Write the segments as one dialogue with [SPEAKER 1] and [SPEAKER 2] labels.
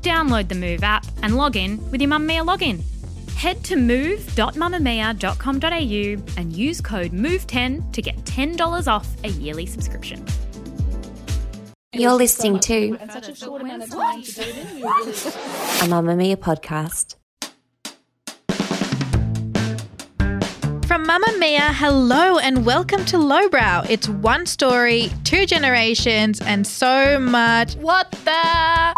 [SPEAKER 1] download the Move app and log in with your Mamma Mia login. Head to move.mamamia.com.au and use code MOVE10 to get $10 off a yearly subscription.
[SPEAKER 2] You're listening to
[SPEAKER 3] And such a short amount of time to do it in. You really
[SPEAKER 2] a Mamma Mia podcast.
[SPEAKER 4] From Mamma Mia, hello and welcome to Lowbrow. It's one story, two generations, and so much. What the?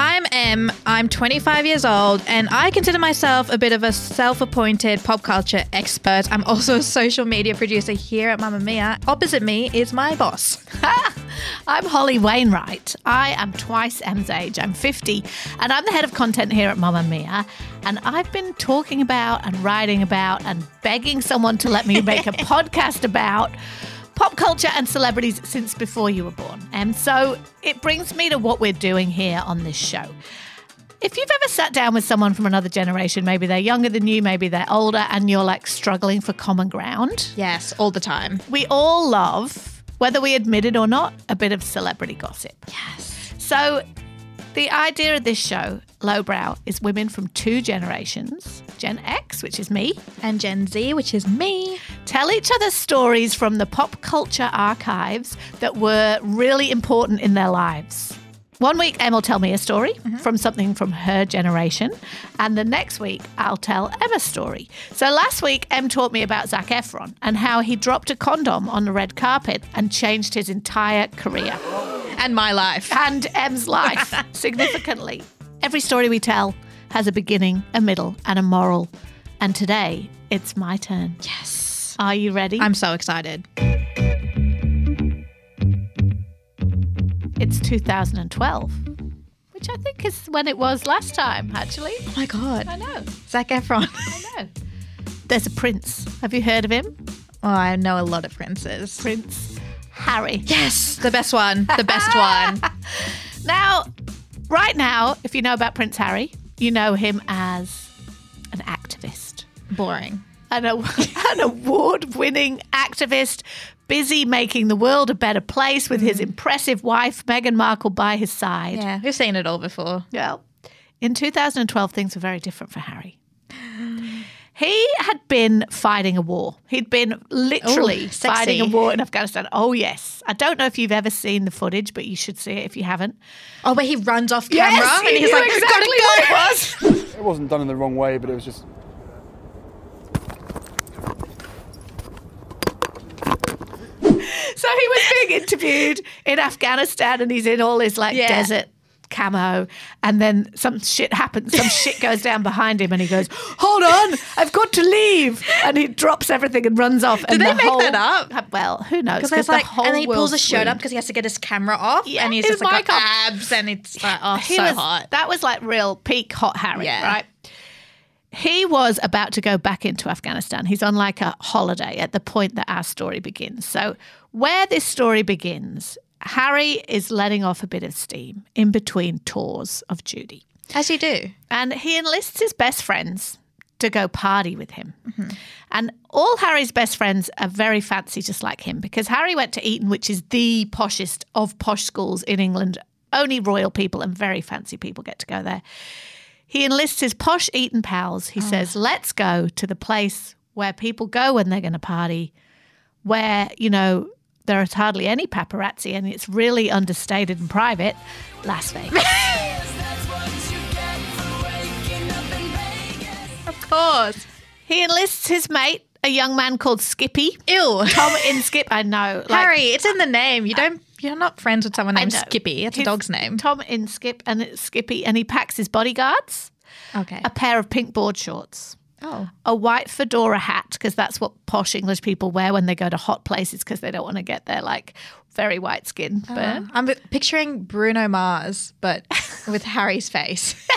[SPEAKER 4] I'm Em, I'm 25 years old, and I consider myself a bit of a self appointed pop culture expert. I'm also a social media producer here at Mamma Mia. Opposite me is my boss.
[SPEAKER 5] I'm Holly Wainwright. I am twice Em's age. I'm 50, and I'm the head of content here at Mamma Mia. And I've been talking about and writing about and begging someone to let me make a podcast about pop culture and celebrities since before you were born. And so it brings me to what we're doing here on this show. If you've ever sat down with someone from another generation, maybe they're younger than you, maybe they're older, and you're like struggling for common ground,
[SPEAKER 4] Yes, all the time.
[SPEAKER 5] we all love, whether we admit it or not, a bit of celebrity gossip. Yes. So, the idea of this show, Lowbrow, is women from two generations Gen X, which is me,
[SPEAKER 4] And Gen Z, which is me.
[SPEAKER 5] tell each other stories from the pop culture archives that were really important in their lives. One week, Em will tell me a story from something from her generation, and the next week, I'll tell Em a story. So last week, Em taught me about Zac Efron and how he dropped a condom on the red carpet and changed his entire career
[SPEAKER 4] And my life.
[SPEAKER 5] and Em's life significantly. Every story we tell has a beginning, a middle, and a moral. And today, it's my turn. Yes. Are you ready?
[SPEAKER 4] I'm so excited.
[SPEAKER 5] It's 2012, which I think is when it was last time, actually.
[SPEAKER 4] Oh my
[SPEAKER 5] I
[SPEAKER 4] god.
[SPEAKER 5] know,
[SPEAKER 4] Zac Efron.
[SPEAKER 5] I know. There's a prince. Have you heard of him?
[SPEAKER 4] Oh, I know a lot of princes.
[SPEAKER 5] Prince Harry.
[SPEAKER 4] Yes, the best one. The best one.
[SPEAKER 5] Now, right now, if you know about Prince Harry, you know him as an activist.
[SPEAKER 4] Boring.
[SPEAKER 5] an, aw- an award winning activist busy making the world a better place with his impressive wife, Meghan Markle, by his side.
[SPEAKER 4] Yeah, we've seen it all before.
[SPEAKER 5] Well, in 2012, things were very different for Harry. He had been fighting a war. He'd been literally
[SPEAKER 4] Ooh, sexy.
[SPEAKER 5] fighting a war in Afghanistan. Oh, yes. I don't know if you've ever seen the footage, but you should see it if you haven't.
[SPEAKER 4] Oh, but he runs off camera and he's like, gotta go.
[SPEAKER 6] It wasn't done in the wrong way, but it was just.
[SPEAKER 5] So he was being interviewed in Afghanistan and he's in all his like
[SPEAKER 4] Yeah.
[SPEAKER 5] desert camo and then some shit happens some shit goes down behind him and he goes hold on i've got to leave and he drops everything and runs off and
[SPEAKER 4] they
[SPEAKER 5] the
[SPEAKER 4] make
[SPEAKER 5] whole-
[SPEAKER 4] that up?
[SPEAKER 5] well who knows
[SPEAKER 4] Because there's
[SPEAKER 5] the
[SPEAKER 4] like,
[SPEAKER 5] whole
[SPEAKER 4] and then he pulls his
[SPEAKER 5] world's
[SPEAKER 4] shirt up
[SPEAKER 5] ruined.
[SPEAKER 4] because he has to get his camera off,
[SPEAKER 5] Yeah,
[SPEAKER 4] and he's
[SPEAKER 5] his
[SPEAKER 4] just like
[SPEAKER 5] mic
[SPEAKER 4] got
[SPEAKER 5] off.
[SPEAKER 4] abs, and it's like, oh,
[SPEAKER 5] He
[SPEAKER 4] so
[SPEAKER 5] was-
[SPEAKER 4] hot.
[SPEAKER 5] that was like real peak hot harry
[SPEAKER 4] Yeah.
[SPEAKER 5] right he was about to go back into Afghanistan. He's on like a holiday at the point that our story begins. So, where this story begins, Harry is letting off a bit of steam in between tours of duty.
[SPEAKER 4] As you do.
[SPEAKER 5] And he enlists his best friends to go party with him. And all Harry's best friends are very fancy, just like him, because Harry went to Eton, which is the poshest of posh schools in England. Only royal people and very fancy people get to go there. He enlists his posh Eton pals. He says, let's go to the place where people go when they're going to party, where, you know, there is hardly any paparazzi and it's really understated and private, Las Vegas.
[SPEAKER 4] Of course.
[SPEAKER 5] He enlists his mate, a young man called Skippy.
[SPEAKER 4] Ew.
[SPEAKER 5] Tom in Skip, I know. like-
[SPEAKER 4] Harry, it's in the name. You don't. You're not friends with someone
[SPEAKER 5] I
[SPEAKER 4] named
[SPEAKER 5] know.
[SPEAKER 4] Skippy. It's a
[SPEAKER 5] His-
[SPEAKER 4] dog's name.
[SPEAKER 5] Tom in Skip and it's Skippy, and he packs his bodyguards,
[SPEAKER 4] Okay.
[SPEAKER 5] a pair of pink board shorts,
[SPEAKER 4] Oh.
[SPEAKER 5] a white fedora hat, because that's what posh English people wear when they go to hot places because they don't want to
[SPEAKER 4] Uh-huh.
[SPEAKER 5] get their like very white skin burn.
[SPEAKER 4] I'm picturing Bruno Mars, but with Harry's face.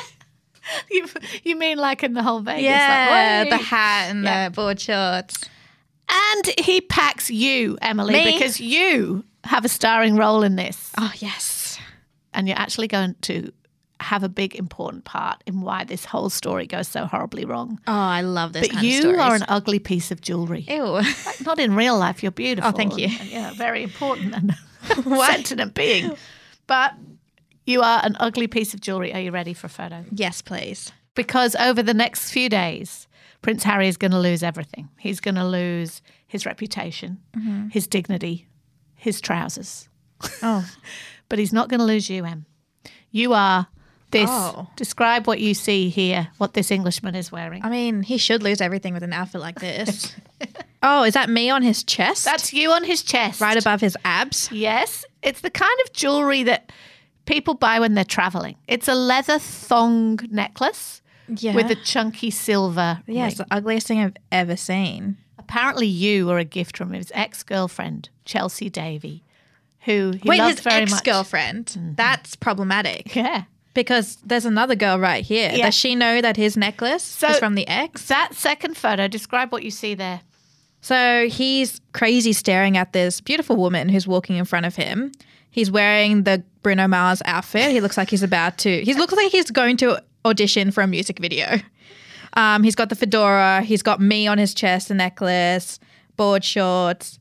[SPEAKER 5] you, you mean like in the whole Vegas? like,
[SPEAKER 4] yeah, the
[SPEAKER 5] "Oi."
[SPEAKER 4] hat and the board shorts.
[SPEAKER 5] and he packs you, Emily,
[SPEAKER 4] Me?
[SPEAKER 5] because you have a starring role in this,
[SPEAKER 4] Oh yes.
[SPEAKER 5] and you're actually going to have a big important part in why this whole story goes so horribly wrong.
[SPEAKER 4] Oh, I love this.
[SPEAKER 5] But
[SPEAKER 4] kind of
[SPEAKER 5] you
[SPEAKER 4] stories.
[SPEAKER 5] are an ugly piece of jewelry.
[SPEAKER 4] ew.
[SPEAKER 5] Not in real life. You're beautiful.
[SPEAKER 4] Oh, thank you.
[SPEAKER 5] and- and, yeah, very important and sentient being. But you are an ugly piece of jewelry. Are you ready for a photo?
[SPEAKER 4] yes, please.
[SPEAKER 5] Because over the next few days, Prince Harry is going to lose everything. He's going to lose his reputation, his dignity, his trousers.
[SPEAKER 4] Mm-hmm. Oh.
[SPEAKER 5] But he's not going to lose you, Em. You are this.
[SPEAKER 4] Oh.
[SPEAKER 5] Describe what you see here, what this Englishman is wearing.
[SPEAKER 4] I mean, he should lose everything with an outfit like this. oh, is that me on his chest?
[SPEAKER 5] That's you on his chest.
[SPEAKER 4] right above his abs.
[SPEAKER 5] Yes, it's the kind of jewelry that people buy when they're traveling. It's a leather thong necklace
[SPEAKER 4] Yeah. Oh
[SPEAKER 5] with a chunky silver.
[SPEAKER 4] yeah, it's
[SPEAKER 5] ring.
[SPEAKER 4] the ugliest thing I've ever seen.
[SPEAKER 5] Apparently, you were a gift from his ex girlfriend, Chelsea Davy, who he
[SPEAKER 4] Wait,
[SPEAKER 5] loved
[SPEAKER 4] his
[SPEAKER 5] very much.
[SPEAKER 4] ex-girlfriend. That's problematic
[SPEAKER 5] Yeah.
[SPEAKER 4] because there's another girl right here.
[SPEAKER 5] Yeah.
[SPEAKER 4] Does she know that his necklace is from the ex?
[SPEAKER 5] That second photo, describe what you see there.
[SPEAKER 4] So he's crazy staring at this beautiful woman who's walking in front of him. He's wearing the Bruno Mars outfit. He looks like he's about to. He looks like he's going to audition for a music video. Um, he's got the fedora. He's got me on his chest, a necklace, board shorts,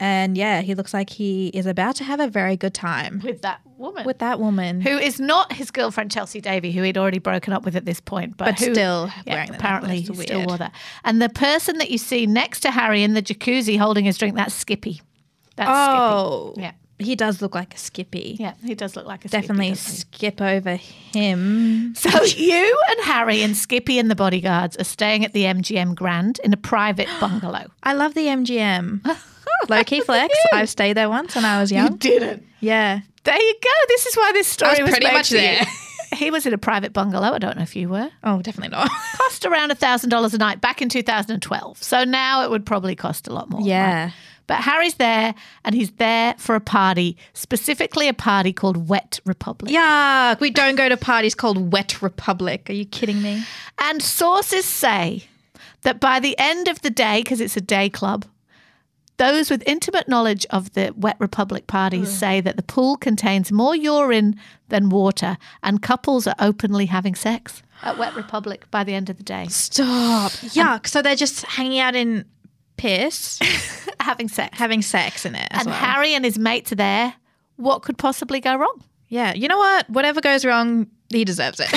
[SPEAKER 4] and yeah, he looks like he is about to have a very good time
[SPEAKER 5] With that woman.
[SPEAKER 4] with that woman.
[SPEAKER 5] who is not his girlfriend Chelsea Davy, who he'd already broken up with at this point, but,
[SPEAKER 4] But
[SPEAKER 5] who-
[SPEAKER 4] still wearing the
[SPEAKER 5] apparently
[SPEAKER 4] necklace.
[SPEAKER 5] he still
[SPEAKER 4] Weird.
[SPEAKER 5] wore that. And the person that you see next to Harry in the jacuzzi holding his drink, that's Skippy. That's
[SPEAKER 4] oh,
[SPEAKER 5] Skippy. Yeah.
[SPEAKER 4] he does look like a Skippy.
[SPEAKER 5] Yeah, he does Mm. look like a
[SPEAKER 4] Definitely
[SPEAKER 5] Skippy,
[SPEAKER 4] skip over him.
[SPEAKER 5] doesn't he? so you and Harry and Skippy and the bodyguards are staying at the MGM Grand in a private bungalow.
[SPEAKER 4] I love the MGM. Low key flex. I've stayed there once when I was young.
[SPEAKER 5] didn't.
[SPEAKER 4] Yeah.
[SPEAKER 5] There you go. This is why this story
[SPEAKER 4] I was pretty
[SPEAKER 5] made
[SPEAKER 4] much
[SPEAKER 5] for you.
[SPEAKER 4] there.
[SPEAKER 5] he was in a private bungalow. I don't know if you were.
[SPEAKER 4] Oh, definitely not.
[SPEAKER 5] cost around $1,000 a night back in 2012. So now it would probably cost a lot more.
[SPEAKER 4] Yeah.
[SPEAKER 5] right? But Harry's there and he's there for a party, specifically a party called Wet Republic.
[SPEAKER 4] Yuck. We don't go to parties called Wet Republic. Are you kidding me?
[SPEAKER 5] And sources say that by the end of the day, because it's a day club, those with intimate knowledge of the Wet Republic parties
[SPEAKER 4] Hmm.
[SPEAKER 5] say that the pool contains more urine than water and couples are openly having sex at Wet Republic by the end of the day.
[SPEAKER 4] Stop. Yuck. So they're just hanging out in piss,
[SPEAKER 5] having sex.
[SPEAKER 4] having sex in it as
[SPEAKER 5] and
[SPEAKER 4] well.
[SPEAKER 5] Harry and his mates are there. What could possibly go wrong?
[SPEAKER 4] yeah. You know what? Whatever goes wrong, he deserves it.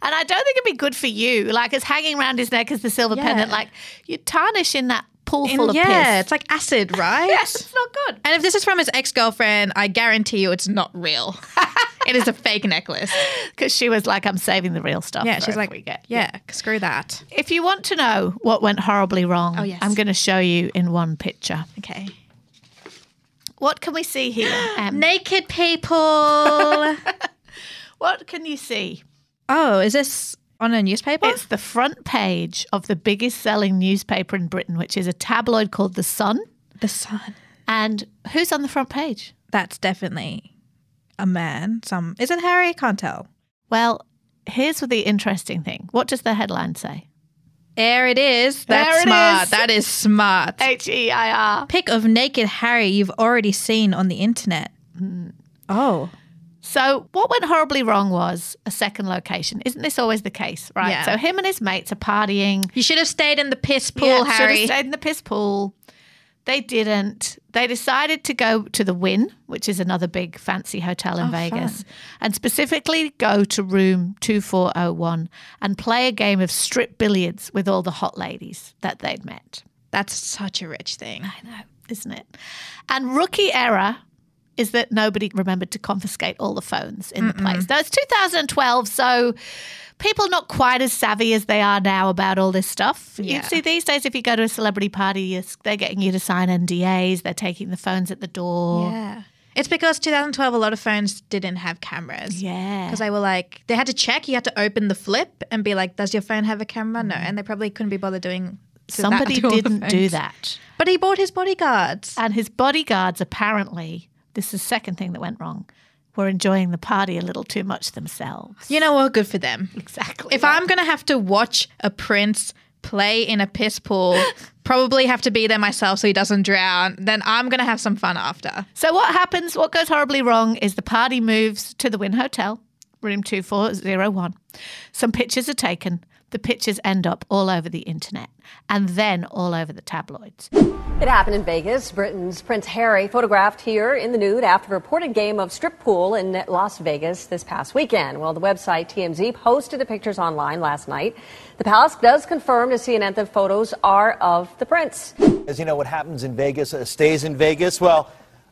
[SPEAKER 5] And I don't think it'd be good for you. Like it's hanging around his neck as the silver
[SPEAKER 4] Yeah.
[SPEAKER 5] pendant. Like you tarnish in that pool full of
[SPEAKER 4] yeah.
[SPEAKER 5] piss.
[SPEAKER 4] It's like acid, right?
[SPEAKER 5] Yes, it's not good.
[SPEAKER 4] And if this is from his ex girlfriend, I guarantee you it's not real. it is a fake necklace.
[SPEAKER 5] Because she was like, "I'm saving the real stuff."
[SPEAKER 4] Yeah.
[SPEAKER 5] for
[SPEAKER 4] She's
[SPEAKER 5] if
[SPEAKER 4] like,
[SPEAKER 5] "We get."
[SPEAKER 4] yeah, screw that.
[SPEAKER 5] If you want to know what went horribly wrong,
[SPEAKER 4] Oh, yes.
[SPEAKER 5] I'm going to show you in one picture.
[SPEAKER 4] Okay.
[SPEAKER 5] What can we see here? Um, Em?
[SPEAKER 4] Naked people.
[SPEAKER 5] what can you see?
[SPEAKER 4] Oh, is this on a newspaper?
[SPEAKER 5] It's the front page of the biggest selling newspaper in Britain, which is a tabloid called The Sun.
[SPEAKER 4] the sun.
[SPEAKER 5] And who's on the front page?
[SPEAKER 4] That's definitely a man. Some is it Harry? Can't tell.
[SPEAKER 5] Well, here's the interesting thing. What does the headline say?
[SPEAKER 4] There it is. That's
[SPEAKER 5] There it
[SPEAKER 4] smart.
[SPEAKER 5] is.
[SPEAKER 4] That is smart.
[SPEAKER 5] H E I R.
[SPEAKER 4] Pic of naked Harry you've already seen on the internet. Oh.
[SPEAKER 5] So, what went horribly wrong was a second location. Isn't this always the case, right?
[SPEAKER 4] Yeah.
[SPEAKER 5] So, him and his mates are partying.
[SPEAKER 4] You should have stayed in the piss pool,
[SPEAKER 5] Yeah, should have
[SPEAKER 4] Harry.
[SPEAKER 5] stayed in the piss pool. They didn't. They decided to go to the Wynn, which is another big fancy hotel
[SPEAKER 4] Oh,
[SPEAKER 5] in Vegas, and specifically go to room 2401 and play a game of strip billiards with all the hot ladies that they'd met.
[SPEAKER 4] That's such a rich thing.
[SPEAKER 5] isn't it? And rookie error is that nobody remembered to confiscate all the phones in the place. Now it's 2012, so people are not quite as savvy as they are now about all this stuff. You
[SPEAKER 4] Yeah.
[SPEAKER 5] see, these days, if you go to a celebrity party, you're- they're getting you to sign NDAs, they're taking the phones at the door.
[SPEAKER 4] Yeah. It's because 2012 a lot of phones didn't have cameras.
[SPEAKER 5] Yeah.
[SPEAKER 4] Because they were like, they had to check. You had to open the flip and be like, does your phone have a camera? No. And they probably couldn't be bothered doing to that-
[SPEAKER 5] Somebody
[SPEAKER 4] to all the
[SPEAKER 5] didn't do
[SPEAKER 4] phones.
[SPEAKER 5] that.
[SPEAKER 4] But he bought his bodyguards.
[SPEAKER 5] And his bodyguards apparently, this is the second thing that went wrong, were enjoying the party a little too much themselves.
[SPEAKER 4] You know what? Good for them.
[SPEAKER 5] Exactly.
[SPEAKER 4] If I'm going to have to watch a prince play in a piss pool, probably have to be there myself so he doesn't drown, then I'm going to have some fun after.
[SPEAKER 5] So what happens, what goes horribly wrong is the party moves to the Wynn Hotel, room 2401. Some pictures are taken. The pictures end up all over the internet and then all over the tabloids.
[SPEAKER 7] It happened in Vegas. Britain's Prince Harry photographed here in the nude after a reported game of strip pool in Las Vegas this past weekend. Well, the website TMZ posted the pictures online last night. The palace does confirm to CNN that photos are of the prince.
[SPEAKER 8] As you know, what happens in Vegas uh, stays in Vegas. Well,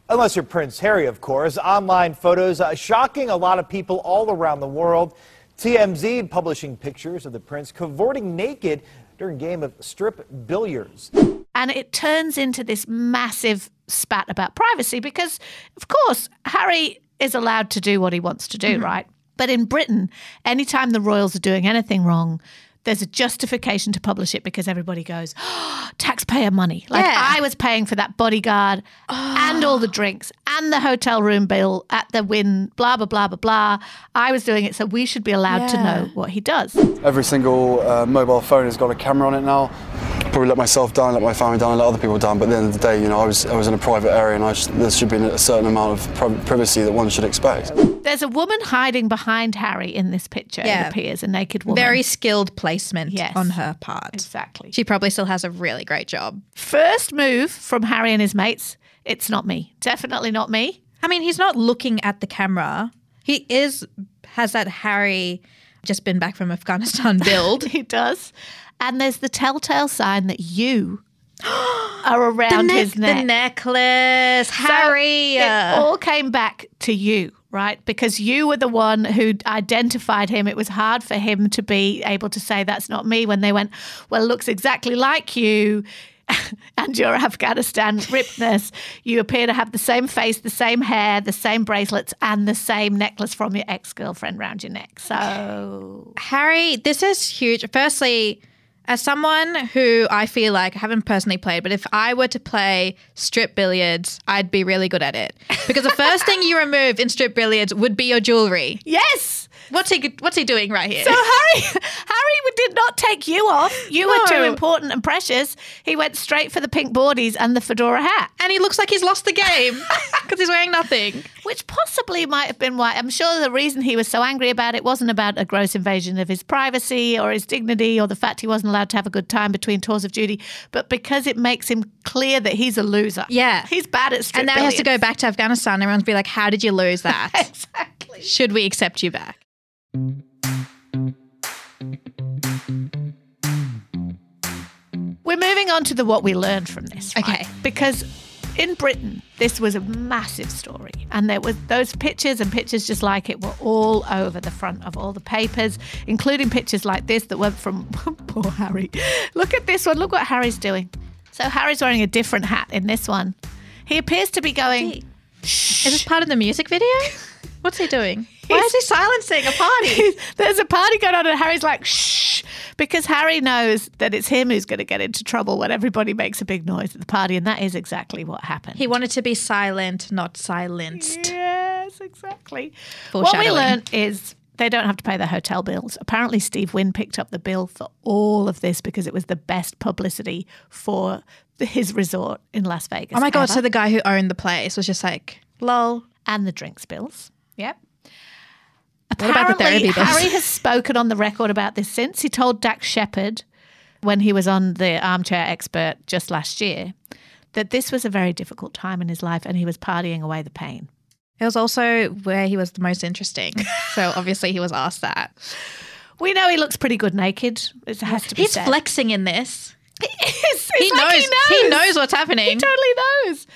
[SPEAKER 8] unless you're Prince Harry, of course. Online photos uh, shocking a lot of people all around the world. TMZ publishing pictures of the prince cavorting naked during a game of strip billiards.
[SPEAKER 5] And it turns into this massive spat about privacy because, of course, Harry is allowed to do what he wants to do,
[SPEAKER 4] Mm-hmm.
[SPEAKER 5] right? But in Britain, anytime the royals are doing anything wrong, there's a justification to publish it because everybody goes, oh, taxpayer money. Like
[SPEAKER 4] Yeah. Oh.
[SPEAKER 5] I was paying for that bodyguard and all the drinks and the hotel room bill at the win, blah, blah, blah, blah, blah. I was doing it, so we should be allowed to know what he does.
[SPEAKER 6] Every single uh, mobile phone has got a camera on it now. Probably let myself down, let my family down, let other people down. But at the end of the day, you know, I was I was in a private area, and I sh- there should be a certain amount of pri- privacy that one should expect.
[SPEAKER 5] There's a woman hiding behind Harry in this picture.
[SPEAKER 4] Yeah.
[SPEAKER 5] It appears a naked woman.
[SPEAKER 4] Very skilled placement
[SPEAKER 5] Yes.
[SPEAKER 4] on her part.
[SPEAKER 5] exactly.
[SPEAKER 4] She probably still has a really great job.
[SPEAKER 5] First move from Harry and his mates. It's not me. Definitely not me.
[SPEAKER 4] I mean, he's not looking at the camera. He is has that Harry just been back from Afghanistan build.
[SPEAKER 5] He does. And there's the telltale sign that you are
[SPEAKER 4] the,
[SPEAKER 5] around his neck.
[SPEAKER 4] the necklace, Harry. uh,
[SPEAKER 5] So it all came back to you, right? Because you were the one who identified him. It was hard for him to be able to say, that's not me, when they went, well, it looks exactly like you. and your Afghanistan rippedness. You appear to have the same face, the same hair, the same bracelets, and the same necklace from your ex girlfriend round your neck. So,
[SPEAKER 4] Harry, this is huge. Firstly, as someone who I feel like I haven't personally played, but if I were to play strip billiards, I'd be really good at it. Because the first thing you remove in strip billiards would be your jewelry.
[SPEAKER 5] yes.
[SPEAKER 4] What's he what's he doing right here?
[SPEAKER 5] So Harry, Harry did not take you off. You were too
[SPEAKER 4] No.
[SPEAKER 5] important and precious. He went straight for the pink boardies and the fedora hat,
[SPEAKER 4] and he looks like he's lost the game because he's wearing nothing.
[SPEAKER 5] which possibly might have been why. I'm sure the reason he was so angry about it wasn't about a gross invasion of his privacy or his dignity or the fact he wasn't allowed to have a good time between tours of duty, but because it makes him clear that he's a loser.
[SPEAKER 4] Yeah.
[SPEAKER 5] he's bad at strip
[SPEAKER 4] And now he has to go
[SPEAKER 5] billiards.
[SPEAKER 4] back to Afghanistan. Everyone's be like, "How did you lose that?
[SPEAKER 5] Exactly.
[SPEAKER 4] Should we accept you back?"
[SPEAKER 5] We're moving on to the what we learned from this. right?
[SPEAKER 4] Okay.
[SPEAKER 5] Because in Britain, this was a massive story, and there was those pictures and pictures just like it were all over the front of all the papers, including pictures like this that went from poor Harry. Look at this one. Look what Harry's doing. So Harry's wearing a different hat in this one. He appears to be going.
[SPEAKER 4] Is this part of the music video? What's he doing? Why is he silencing a party?
[SPEAKER 5] There's a party going on, and Harry's like, shh, because Harry knows that it's him who's going to get into trouble when everybody makes a big noise at the party, and that is exactly what happened.
[SPEAKER 4] He wanted to be silent, not silenced.
[SPEAKER 5] Yes, exactly. What we
[SPEAKER 4] Foreshadowing.
[SPEAKER 5] learned is they don't have to pay their hotel bills. Apparently, Steve Wynn picked up the bill for all of this because it was the best publicity for the- his resort in Las Vegas.
[SPEAKER 4] Oh my god!
[SPEAKER 5] ever.
[SPEAKER 4] So the guy who owned the place was just like, "Lol."
[SPEAKER 5] and the drinks bills. Yep.
[SPEAKER 4] What about the therapy
[SPEAKER 5] Apparently,
[SPEAKER 4] bills?
[SPEAKER 5] Harry has spoken on the record about this since he told Dax Shepard when he was on the Armchair Expert just last year that this was a very difficult time in his life and he was partying away the pain.
[SPEAKER 4] It was also where he was the most interesting. So obviously he was asked that.
[SPEAKER 5] We know he looks pretty good naked. It has to be
[SPEAKER 4] He's
[SPEAKER 5] said.
[SPEAKER 4] flexing in this.
[SPEAKER 5] It's-
[SPEAKER 4] He,
[SPEAKER 5] it's
[SPEAKER 4] knows,
[SPEAKER 5] like
[SPEAKER 4] he knows. what's happening.
[SPEAKER 5] He totally knows.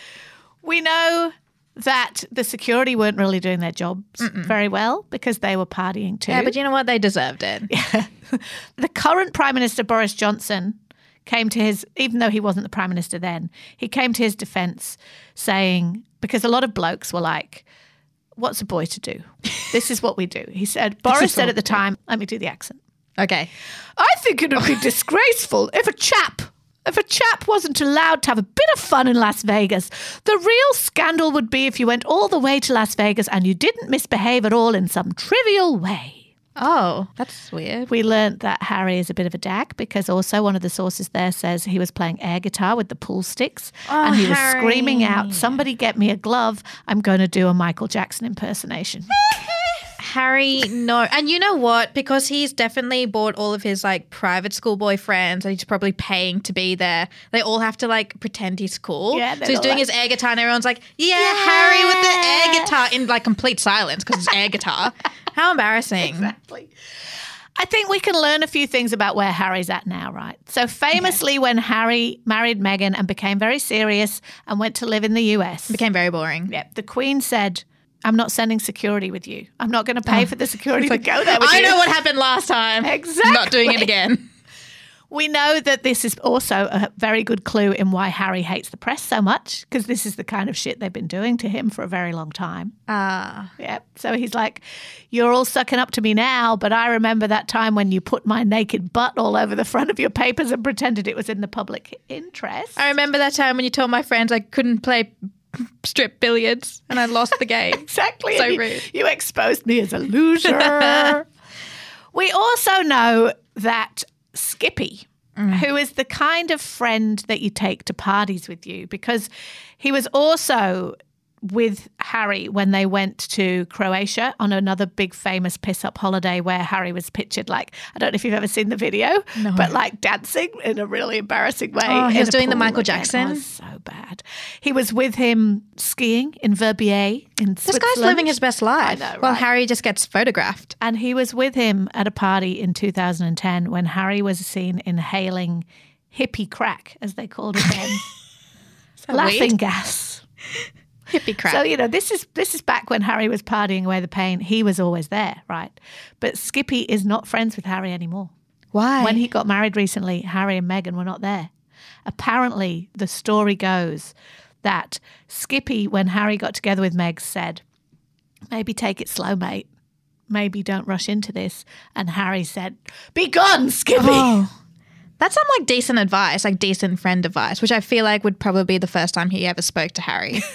[SPEAKER 5] We know that the security weren't really doing their jobs very well because they were partying too.
[SPEAKER 4] yeah, but you know what? They deserved it.
[SPEAKER 5] the current Prime Minister Boris Johnson came to his, even though he wasn't the Prime Minister then, he came to his defence saying, because a lot of blokes were like, what's a boy to do? This is what we do. He said, Boris said at the time, let me do the accent.
[SPEAKER 4] Okay.
[SPEAKER 5] I think it would be disgraceful if a chap, If a chap wasn't allowed to have a bit of fun in Las Vegas, the real scandal would be if you went all the way to Las Vegas and you didn't misbehave at all in some trivial way.
[SPEAKER 4] Oh, that's weird.
[SPEAKER 5] We learnt that Harry is a bit of a dag because also one of the sources there says he was playing air guitar with the pool sticks
[SPEAKER 4] Oh,
[SPEAKER 5] and he was
[SPEAKER 4] Harry.
[SPEAKER 5] screaming out, Somebody get me a glove. I'm going to do a Michael Jackson impersonation.
[SPEAKER 4] Harry, no. And you know what? Because he's definitely bought all of his like private schoolboy friends and he's probably paying to be there. They all have to like pretend he's cool.
[SPEAKER 5] Yeah,
[SPEAKER 4] so
[SPEAKER 5] they're
[SPEAKER 4] he's
[SPEAKER 5] all
[SPEAKER 4] doing
[SPEAKER 5] like-
[SPEAKER 4] his air guitar and everyone's like, yeah, Harry with the air guitar in like complete silence because it's air guitar. How embarrassing.
[SPEAKER 5] I think we can learn a few things about where Harry's at now, right? So, famously, when Harry married Meghan and became very serious and went to live in the US,
[SPEAKER 4] Became very boring.
[SPEAKER 5] yep, the Queen said, I'm not sending security with you. I'm not going to pay for the security to go there with
[SPEAKER 4] Oh. I
[SPEAKER 5] you.
[SPEAKER 4] know what happened last time. Not doing it
[SPEAKER 5] Exactly.
[SPEAKER 4] again.
[SPEAKER 5] We know that this is also a very good clue in why Harry hates the press so much, because this is the kind of shit they've been doing to him for a very long time.
[SPEAKER 4] Ah.
[SPEAKER 5] Yeah. So he's like, You're all sucking up to me now, but I remember that time when you put my naked butt all over the front of your papers and pretended it was in the public interest.
[SPEAKER 4] I remember that time when you told my friends I couldn't play strip billiards and I lost the game.
[SPEAKER 5] Exactly.
[SPEAKER 4] So
[SPEAKER 5] And you-
[SPEAKER 4] rude.
[SPEAKER 5] You exposed me as a loser. we also know that Skippy,
[SPEAKER 4] Mm.
[SPEAKER 5] who is the kind of friend that you take to parties with you, because he was also with Harry when they went to Croatia on another big famous piss up holiday where Harry was pictured like I don't know if you've ever seen the video, but like dancing in a really embarrassing way.
[SPEAKER 4] Oh, he
[SPEAKER 5] in
[SPEAKER 4] was
[SPEAKER 5] a
[SPEAKER 4] doing the
[SPEAKER 5] pool
[SPEAKER 4] Michael
[SPEAKER 5] again. Oh,
[SPEAKER 4] Jackson?
[SPEAKER 5] so bad. He was with him skiing in Verbier in
[SPEAKER 4] This guy's living his best life.
[SPEAKER 5] I know,
[SPEAKER 4] While
[SPEAKER 5] right?
[SPEAKER 4] Harry just gets photographed.
[SPEAKER 5] And he was with him at a party in 2010 when Harry was seen inhaling hippie crack, as they called it then, laughing gas.
[SPEAKER 4] Hippie crap.
[SPEAKER 5] So you know this is this is back when Harry was partying away the pain. He was always there, right? But Skippy is not friends with Harry anymore.
[SPEAKER 4] Why?
[SPEAKER 5] When he got married recently, Harry and Meghan were not there. Apparently, the story goes that Skippy, when Harry got together with Meg, said, Maybe take it slow, mate. Maybe don't rush into this. And Harry said, Be gone, Skippy.
[SPEAKER 4] Oh. That's some like decent advice, like decent friend advice, which I feel like would probably be the first time he ever spoke to Harry.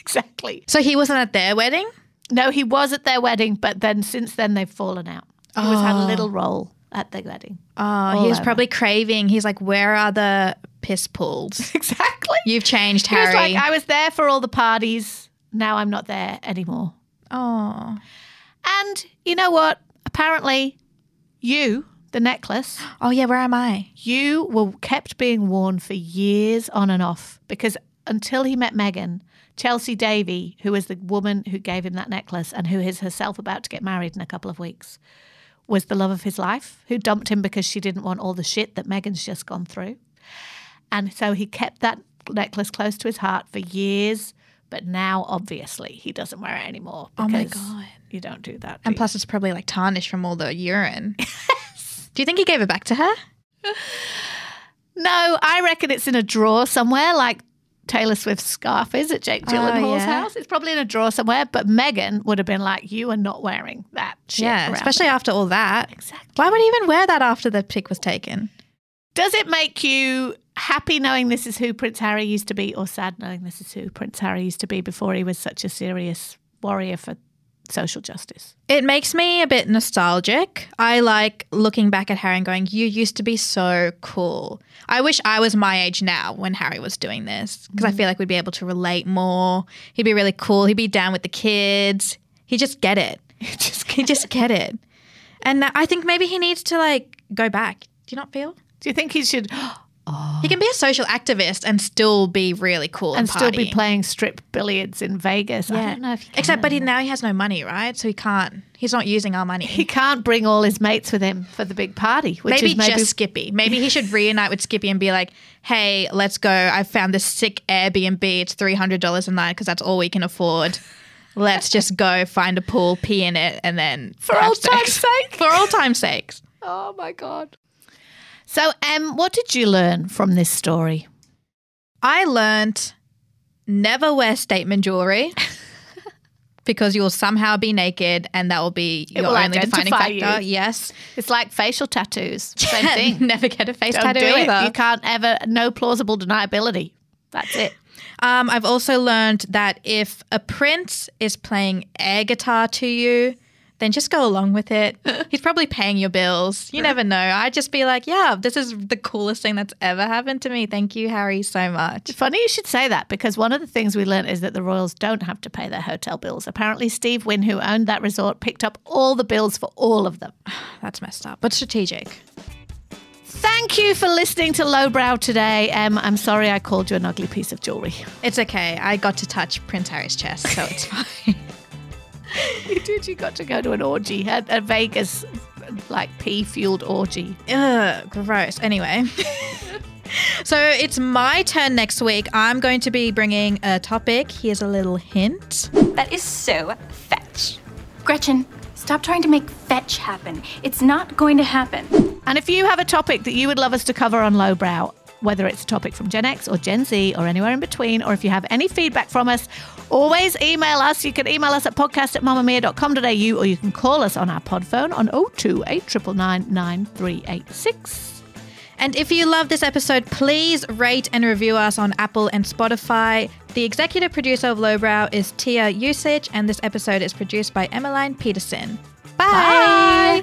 [SPEAKER 5] Exactly.
[SPEAKER 4] so he wasn't at their wedding?
[SPEAKER 5] No, he was at their wedding, but then since then they've fallen out. He was had a little role at their wedding.
[SPEAKER 4] Oh, he was probably craving. He's like, where are the piss pools?
[SPEAKER 5] Exactly.
[SPEAKER 4] You've changed,
[SPEAKER 5] He was
[SPEAKER 4] Harry.
[SPEAKER 5] like, I was there for all the parties. Now I'm not there anymore.
[SPEAKER 4] oh.
[SPEAKER 5] And you know what? Apparently, you, the necklace,
[SPEAKER 4] Oh, yeah, where am I?
[SPEAKER 5] you were kept being worn for years on and off because until he met Megan, Chelsea Davy, who was the woman who gave him that necklace and who is herself about to get married in a couple of weeks, was the love of his life, who dumped him because she didn't want all the shit that Megan's just gone through. And so he kept that necklace close to his heart for years, but now obviously he doesn't wear it anymore.
[SPEAKER 4] Oh my
[SPEAKER 5] because
[SPEAKER 4] God.
[SPEAKER 5] You don't do that. do
[SPEAKER 4] And
[SPEAKER 5] you?
[SPEAKER 4] plus, it's probably like tarnished from all the urine. Do you think he gave it back to her?
[SPEAKER 5] No, I reckon it's in a drawer somewhere, like Taylor Swift's scarf is at Jake Gyllenhaal's
[SPEAKER 4] yeah.
[SPEAKER 5] house. It's probably in a drawer somewhere, but Megan would have been like, "You are not wearing that shit."
[SPEAKER 4] yeah,
[SPEAKER 5] around
[SPEAKER 4] especially
[SPEAKER 5] me."
[SPEAKER 4] after all that.
[SPEAKER 5] Exactly.
[SPEAKER 4] Why would he even wear that after the pic was taken?
[SPEAKER 5] Does it make you happy knowing this is who Prince Harry used to be, or sad knowing this is who Prince Harry used to be before he was such a serious warrior for social justice?
[SPEAKER 4] It makes me a bit nostalgic. I like looking back at Harry and going, You used to be so cool. I wish I was my age now when Harry was doing this because I feel like we'd be able to relate more. He'd be really cool. He'd be down with the kids. He'd just get it. He'd just, he'd just get it. And I think maybe he needs to like go back. Do you not feel?
[SPEAKER 5] Do you think he should
[SPEAKER 4] He can be a social activist and still be really cool Oh. and,
[SPEAKER 5] and still be
[SPEAKER 4] party.
[SPEAKER 5] playing strip billiards in Vegas? I
[SPEAKER 4] Yeah.
[SPEAKER 5] don't know if he can.
[SPEAKER 4] Except, but he, now he has no money, right? So he can't. He's not using our money.
[SPEAKER 5] he can't bring all his mates with him for the big party, which
[SPEAKER 4] maybe,
[SPEAKER 5] is maybe
[SPEAKER 4] just Skippy. Maybe he should reunite with Skippy and be like, "Hey, let's go. I found this sick Airbnb. It's three hundred dollars a night because that's all we can afford. Let's just go find a pool, pee in it, and then
[SPEAKER 5] For
[SPEAKER 4] have
[SPEAKER 5] old time's
[SPEAKER 4] sex.
[SPEAKER 5] sake.
[SPEAKER 4] For all time's sakes.
[SPEAKER 5] Oh my god. So, um, what did you learn from this story?
[SPEAKER 4] I learnt never wear statement jewelry. because you will somehow be naked and that will be your
[SPEAKER 5] will
[SPEAKER 4] only defining
[SPEAKER 5] identify
[SPEAKER 4] factor.
[SPEAKER 5] you.
[SPEAKER 4] Yes.
[SPEAKER 5] It's like facial tattoos. Same thing.
[SPEAKER 4] Never get a face
[SPEAKER 5] Don't
[SPEAKER 4] tattoo
[SPEAKER 5] do it.
[SPEAKER 4] either.
[SPEAKER 5] You can't ever. No plausible deniability. That's it.
[SPEAKER 4] Um, I've also learned that if a prince is playing air guitar to you, then just go along with it. He's probably paying your bills. You never know. I'd just be like, yeah, this is the coolest thing that's ever happened to me. Thank you, Harry, so much.
[SPEAKER 5] Funny you should say that because one of the things we learned is that the royals don't have to pay their hotel bills. Apparently, Steve Wynn, who owned that resort, picked up all the bills for all of them.
[SPEAKER 4] That's messed up, but strategic.
[SPEAKER 5] Thank you for listening to Lowbrow today. Um, I'm sorry I called you an ugly piece of jewelry.
[SPEAKER 4] It's okay. I got to touch Prince Harry's chest, so it's fine.
[SPEAKER 5] You did. You got to go to an orgy, a, a Vegas like pea fueled orgy.
[SPEAKER 4] Ugh, gross. Anyway. So it's my turn next week. I'm going to be bringing a topic. Here's a little hint.
[SPEAKER 9] That is so fetch. Gretchen, stop trying to make fetch happen. It's not going to happen.
[SPEAKER 5] And if you have a topic that you would love us to cover on Lowbrow, whether it's a topic from Gen X or Gen Z or anywhere in between, or if you have any feedback from us, always email us. You can email us at podcast at mamamia.com.au or you can call us on our pod phone on 02 9386
[SPEAKER 4] And if you love this episode, please rate and review us on Apple and Spotify. The executive producer of Lowbrow is Tia Usage, and this episode is produced by Emmeline Peterson. Bye.